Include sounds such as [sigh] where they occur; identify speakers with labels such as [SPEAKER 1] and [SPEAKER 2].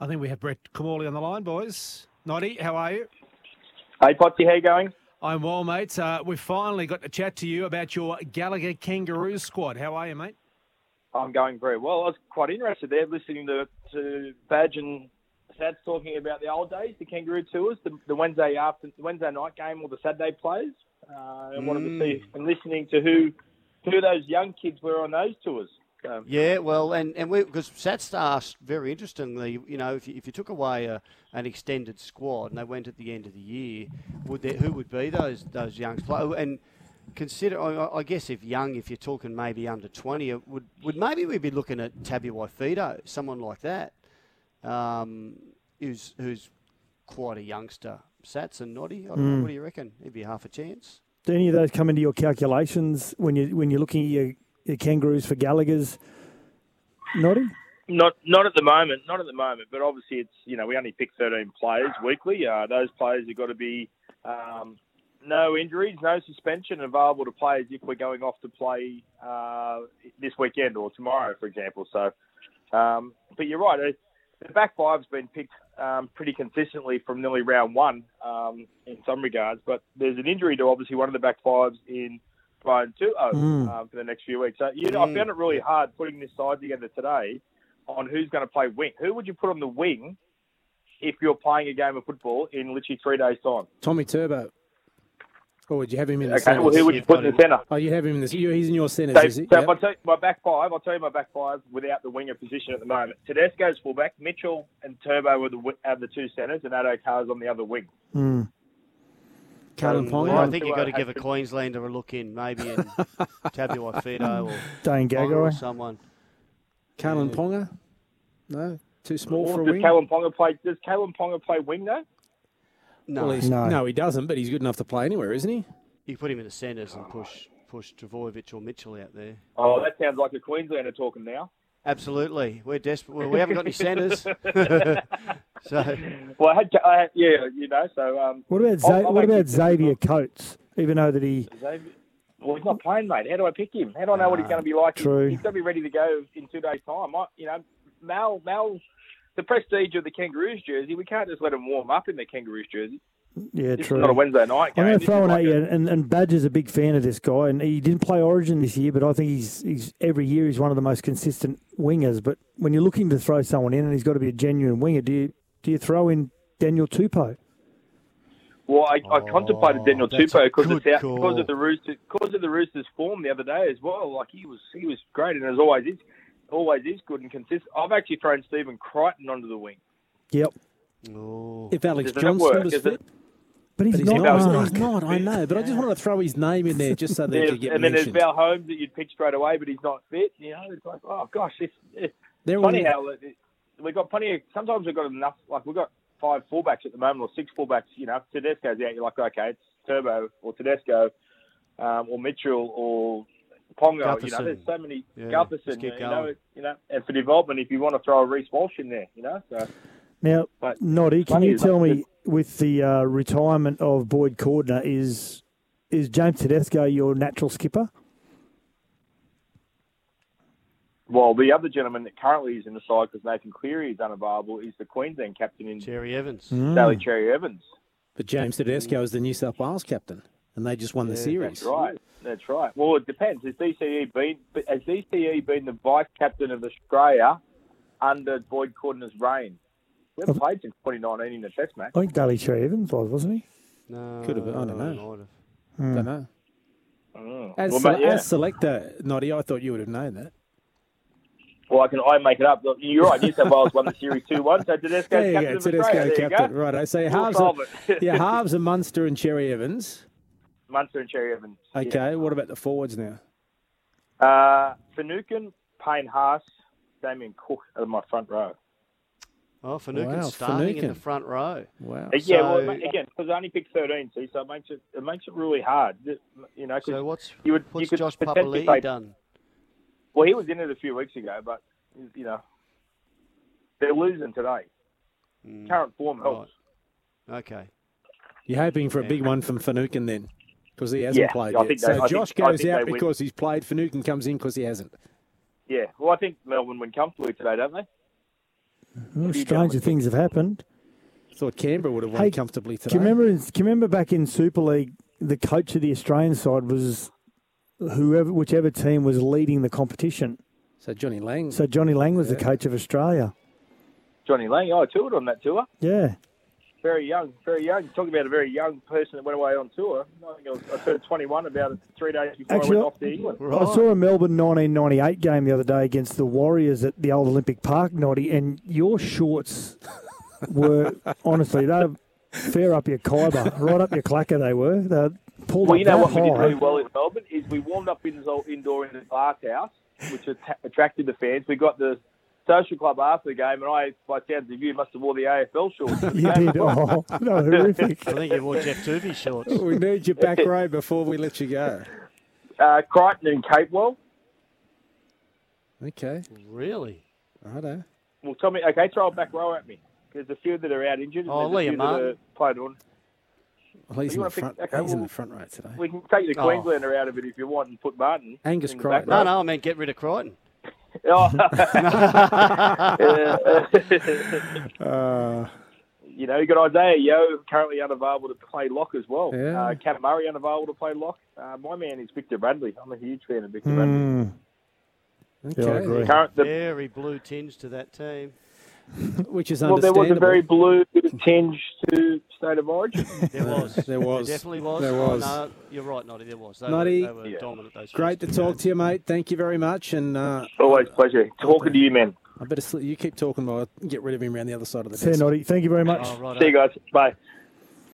[SPEAKER 1] I think we have Brett Kamali on the line, boys. Noddy, how are you?
[SPEAKER 2] Hey, Potsy, how you going?
[SPEAKER 1] I'm well, mate. Uh, we finally got to chat to you about your Gallagher Kangaroo squad. How are you, mate?
[SPEAKER 2] I'm going very well. I was quite interested there listening to, to Badge and Sats talking about the old days, the Kangaroo tours, the, the Wednesday after the Wednesday night game or the Saturday plays. Uh, I wanted to see and listening to who who those young kids were on those tours. Um, So,
[SPEAKER 3] Yeah, well, and and we because Sats asked very interestingly, you know, if you, if you took away a, an extended squad and they went at the end of the year, would there, who would be those those youngs? Play? And consider, I, I- I guess, if young, if you're talking maybe under twenty, it would would maybe we be looking at Tabby Waifito, someone like that, um, who's who's quite a youngster. Sats and Noddy, I don't know, what do you reckon? It'd be half a chance.
[SPEAKER 4] Do any of those come into your calculations when you when you're looking at your, your kangaroos for Gallagher's? Noddy,
[SPEAKER 2] not not at the moment, not at the moment. But obviously, it's you know we only pick 13 players weekly. Uh, those players have got to be um, no injuries, no suspension, available to players if we're going off to play uh, this weekend or tomorrow, for example. So, um, but you're right. it- The back five's been picked um, pretty consistently from nearly round one um, in some regards, but there's an injury to obviously one of the back fives in Brian Tuo um, for the next few weeks. So you know, I found it really hard putting this side together today on who's going to play wing. Who would you put on the wing if you're playing a game of football in literally three days' time?
[SPEAKER 5] Tommy Turbo. Or would you have him in the
[SPEAKER 2] Okay, well, who would you
[SPEAKER 3] You've
[SPEAKER 2] put in
[SPEAKER 3] got
[SPEAKER 2] the centre?
[SPEAKER 5] Oh, you have him in the. you- He's in your centres,
[SPEAKER 2] So,
[SPEAKER 5] is he?
[SPEAKER 2] so
[SPEAKER 5] Yep.
[SPEAKER 2] if I tell you my back five, I'll tell you my back five without the winger position at the moment. Tedesco's fullback, Mitchell and Turbo are the, wi- are the two centres, and Addo Carr's on the other wing.
[SPEAKER 5] Carlin Ponga.
[SPEAKER 3] Well, I think you've got to give a Queenslander a look in, maybe in Tabby Waifito or
[SPEAKER 4] Dane
[SPEAKER 3] Ponga or
[SPEAKER 4] Gagai.
[SPEAKER 3] someone.
[SPEAKER 5] Carlin Ponga. No, too small for a
[SPEAKER 2] Or does
[SPEAKER 5] wing.
[SPEAKER 2] Kalen Ponga play? Does Kalen Ponga play wing though?
[SPEAKER 3] No,
[SPEAKER 5] Well, he's-
[SPEAKER 4] No.
[SPEAKER 5] no. he doesn't. But he's good enough to play anywhere, isn't he?
[SPEAKER 3] you put him in the centres and push push Travojevic or Mitchell out there.
[SPEAKER 2] Oh, that sounds like a Queenslander talking now.
[SPEAKER 3] Absolutely, we're desperate. Well, we haven't got any centres, [laughs] so
[SPEAKER 2] Well, I had, Ka- I had yeah, you know. So um,
[SPEAKER 4] what about
[SPEAKER 2] I'll-
[SPEAKER 4] Za-
[SPEAKER 2] I'll
[SPEAKER 4] what
[SPEAKER 2] make
[SPEAKER 4] about
[SPEAKER 2] it-
[SPEAKER 4] Xavier Coates? Even though that he
[SPEAKER 2] Xavier- Well, he's not playing, mate. How do I pick him? How do I know what he's going to be like?
[SPEAKER 4] true.
[SPEAKER 2] He's going to be ready to go in two days' time. I, you know, Mal, Mal, the prestige of the Kangaroos jersey. We can't just let him warm up in the Kangaroos jersey.
[SPEAKER 4] yeah
[SPEAKER 2] This
[SPEAKER 4] true.
[SPEAKER 2] is not a Wednesday night game.
[SPEAKER 4] I'm going
[SPEAKER 2] This
[SPEAKER 4] to
[SPEAKER 2] is
[SPEAKER 4] throw one
[SPEAKER 2] like
[SPEAKER 4] at
[SPEAKER 2] a-
[SPEAKER 4] you, and, and Badger's a big fan of this guy, and he didn't play Origin this year, but I think he's he's every year he's one of the most consistent wingers. But when you're looking to throw someone in, and he's got to be a genuine winger, do you do you throw in Daniel Tupou?
[SPEAKER 2] Well, I, I contemplated Daniel
[SPEAKER 3] Oh, that's
[SPEAKER 2] Tupou
[SPEAKER 3] a
[SPEAKER 2] because of,
[SPEAKER 3] good
[SPEAKER 2] South-
[SPEAKER 3] call.
[SPEAKER 2] because of the Roosters because of the Roosters form the other day as well. Like he was he was great and as always is always is good and consistent. I've actually thrown Stephen Crichton onto the wing.
[SPEAKER 4] Yep,
[SPEAKER 3] oh,
[SPEAKER 5] If Alex
[SPEAKER 2] Does that
[SPEAKER 5] Johnson
[SPEAKER 2] work?
[SPEAKER 5] was
[SPEAKER 2] Is
[SPEAKER 5] fit,
[SPEAKER 2] it-
[SPEAKER 4] but he's
[SPEAKER 5] but he's
[SPEAKER 2] not.
[SPEAKER 4] not.
[SPEAKER 5] not.
[SPEAKER 2] No,
[SPEAKER 5] He's not. I know, but I just wanted to throw his name in there just so that he could
[SPEAKER 2] There's-
[SPEAKER 5] get
[SPEAKER 2] and then there's
[SPEAKER 5] mentioned.
[SPEAKER 2] Val Holmes that you'd pick straight away, but he's not fit. You know, it's like oh gosh, it's, it's
[SPEAKER 5] They're all-
[SPEAKER 2] funny how it- it- we've got plenty. Of, sometimes we've got enough. Like we've got five fullbacks at the moment, or six fullbacks. You know, if Tedesco's out. You're like, okay, it's Turbo or Tedesco, um, or Mitchell or Pongo. You know,
[SPEAKER 3] Gutherson.
[SPEAKER 2] there's so many
[SPEAKER 3] Yeah,
[SPEAKER 2] Gutherson.
[SPEAKER 3] just
[SPEAKER 2] You
[SPEAKER 3] keep
[SPEAKER 2] know,
[SPEAKER 3] going.
[SPEAKER 2] you know, and for development, if you want to throw a Reese Walsh in there, you know, so
[SPEAKER 4] Now,
[SPEAKER 2] But
[SPEAKER 4] Noddy, can
[SPEAKER 2] funny
[SPEAKER 4] you
[SPEAKER 2] is-
[SPEAKER 4] tell me with the uh, retirement of Boyd Cordner, is is James Tedesco your natural skipper?
[SPEAKER 2] well, the other gentleman that currently is in the side because Nathan Cleary is unavailable is the Queensland captain in
[SPEAKER 3] Jerry Evans.
[SPEAKER 2] Sally Cherry Evans.
[SPEAKER 5] But James Tedesco is the New South Wales captain, and they just won the series.
[SPEAKER 2] That's right. That's right. Well, it depends. Has DCE been has DCE been the vice captain of Australia under Boyd Cordner's reign? We haven't played since 2019 in the Test match.
[SPEAKER 4] I think Daly Cherry Evans was, wasn't he?
[SPEAKER 3] No,
[SPEAKER 5] Could have been, I don't know.
[SPEAKER 3] might have.
[SPEAKER 5] Don't know.
[SPEAKER 2] Mm.
[SPEAKER 5] As,
[SPEAKER 2] well,
[SPEAKER 5] sele-
[SPEAKER 2] mate, yeah.
[SPEAKER 5] as selector, Noddy, I thought you would have known that.
[SPEAKER 2] well, I can I make it up. Look, You're right. New South Wales won the series two one. So Tedesco's
[SPEAKER 5] [laughs] There you
[SPEAKER 2] captain
[SPEAKER 5] go,
[SPEAKER 2] of
[SPEAKER 5] Tedesco
[SPEAKER 2] Australia. There
[SPEAKER 5] captain.
[SPEAKER 2] you go.
[SPEAKER 5] Right, I say
[SPEAKER 2] We'll
[SPEAKER 5] halves.
[SPEAKER 2] solve
[SPEAKER 5] are- [laughs]
[SPEAKER 2] it.
[SPEAKER 5] yeah, halves are Munster and Cherry Evans.
[SPEAKER 2] Munster and Cherry Evans.
[SPEAKER 5] Okay, what about the forwards now?
[SPEAKER 2] Yeah. Uh, Finucane, Payne Haas, Damien Cook are my front row.
[SPEAKER 3] Oh, Finucane
[SPEAKER 5] Wow,
[SPEAKER 3] starting in the
[SPEAKER 5] Finucane.
[SPEAKER 3] front row.
[SPEAKER 5] Wow.
[SPEAKER 2] Uh, yeah, well,
[SPEAKER 3] So-
[SPEAKER 2] ma- again, because I only picked 13, see, so it makes it it makes it really hard. You know, 'cause
[SPEAKER 3] So what's
[SPEAKER 2] you would, you
[SPEAKER 3] what's
[SPEAKER 2] could
[SPEAKER 3] Josh
[SPEAKER 2] potentially
[SPEAKER 3] Papali'i
[SPEAKER 2] play-
[SPEAKER 3] done?
[SPEAKER 2] Well, he was in it a few weeks ago, but you know they're losing today. Current form helps.
[SPEAKER 3] Okay,
[SPEAKER 5] You're hoping for a big one from Finucane then, because he hasn't
[SPEAKER 2] Yeah,
[SPEAKER 5] played
[SPEAKER 2] I
[SPEAKER 5] yet.
[SPEAKER 2] think they- I
[SPEAKER 5] so
[SPEAKER 2] think-
[SPEAKER 5] Josh
[SPEAKER 2] I think
[SPEAKER 5] goes
[SPEAKER 2] they
[SPEAKER 5] out
[SPEAKER 2] win.
[SPEAKER 5] because he's played. Finucane comes in because he hasn't.
[SPEAKER 2] Yeah. Well, I think Melbourne win comfortably today, don't they?
[SPEAKER 4] Well, stranger things have happened.
[SPEAKER 5] Thought Canberra would have won
[SPEAKER 4] Hey,
[SPEAKER 5] comfortably today.
[SPEAKER 4] Do you remember? Do you remember back in Super League, the coach of the Australian side was whoever, whichever team was leading the competition.
[SPEAKER 5] So Johnny Lang.
[SPEAKER 4] So Johnny Lang was the coach of Australia.
[SPEAKER 2] Johnny Lang. Oh, I toured on that tour.
[SPEAKER 4] Yeah,
[SPEAKER 2] Very young, very young. Talk about a very young person that went away on tour. I think I, was, I turned 21 about three days before
[SPEAKER 4] Actually,
[SPEAKER 2] I went off to England.
[SPEAKER 4] I saw a Melbourne 1998 game the other day against the Warriors at the old Olympic Park, Noddy, and your shorts were honestly they were fair up your kyber, right up your clacker. They were. They were pulled
[SPEAKER 2] Well,
[SPEAKER 4] up
[SPEAKER 2] you know
[SPEAKER 4] that
[SPEAKER 2] what we did
[SPEAKER 4] high.
[SPEAKER 2] really well in Melbourne is we warmed up in indoor in the glass house, which att- attracted the fans. We got the social club after the game, and I, by sounds of you, must have wore the AFL
[SPEAKER 4] [laughs]
[SPEAKER 2] shorts. to the [laughs]
[SPEAKER 4] You
[SPEAKER 2] game.
[SPEAKER 4] did. Oh, [laughs] no,
[SPEAKER 2] [laughs]
[SPEAKER 4] horrific.
[SPEAKER 3] I think you wore Jeff Tooby's shorts.
[SPEAKER 5] we need your back row before we let you go.
[SPEAKER 2] Uh, Crichton and Capewell.
[SPEAKER 5] Okay.
[SPEAKER 3] Really?
[SPEAKER 5] Righto.
[SPEAKER 2] Well, tell me, okay, throw a back row at me. There's a few that are out injured. And
[SPEAKER 3] Oh,
[SPEAKER 2] there's a few
[SPEAKER 3] Liam Martin.
[SPEAKER 2] that are played on.
[SPEAKER 5] Well, he's
[SPEAKER 2] You
[SPEAKER 5] in the
[SPEAKER 2] wanna pick-
[SPEAKER 5] front.
[SPEAKER 2] okay,
[SPEAKER 5] he's in
[SPEAKER 2] well-
[SPEAKER 5] the front row today.
[SPEAKER 2] We can take the
[SPEAKER 3] Oh.
[SPEAKER 2] Queenslander out of it if you want and put Martin.
[SPEAKER 5] Angus
[SPEAKER 2] in the back
[SPEAKER 5] Crichton.
[SPEAKER 2] row.
[SPEAKER 3] No, no, I meant get rid of Crichton.
[SPEAKER 2] [laughs] Oh. [laughs]
[SPEAKER 4] Uh,
[SPEAKER 2] you know, you got Isaiah Yo currently unavailable to play lock as well.
[SPEAKER 5] Yeah.
[SPEAKER 2] Uh, Cat Murray unavailable to play lock. Uh, my man is Victor Bradley. I'm a huge fan of Victor Bradley.
[SPEAKER 4] Mm,
[SPEAKER 5] Okay.
[SPEAKER 4] yeah, I agree.
[SPEAKER 2] Current, the,
[SPEAKER 3] Very blue tinge to that team.
[SPEAKER 5] Which is
[SPEAKER 2] well, there
[SPEAKER 5] understandable.
[SPEAKER 2] was a very blue tinge to State of Origin.
[SPEAKER 3] There was.
[SPEAKER 5] There was.
[SPEAKER 3] There definitely was.
[SPEAKER 5] There
[SPEAKER 3] Oh,
[SPEAKER 5] was.
[SPEAKER 3] no, you're right, Noddy. There was. They
[SPEAKER 5] Noddy.
[SPEAKER 3] were, they were
[SPEAKER 2] Yeah.
[SPEAKER 3] dominant. Those
[SPEAKER 5] Great to
[SPEAKER 3] first
[SPEAKER 5] talk to you, mate. Thank you very much. And uh,
[SPEAKER 2] Always a pleasure talking to you, man.
[SPEAKER 5] I better sl- you keep talking while I get rid of him around the other side of the
[SPEAKER 4] Fair
[SPEAKER 5] desk.
[SPEAKER 4] Noddy. Thank you very much.
[SPEAKER 3] Oh, right.
[SPEAKER 2] See you guys. Bye.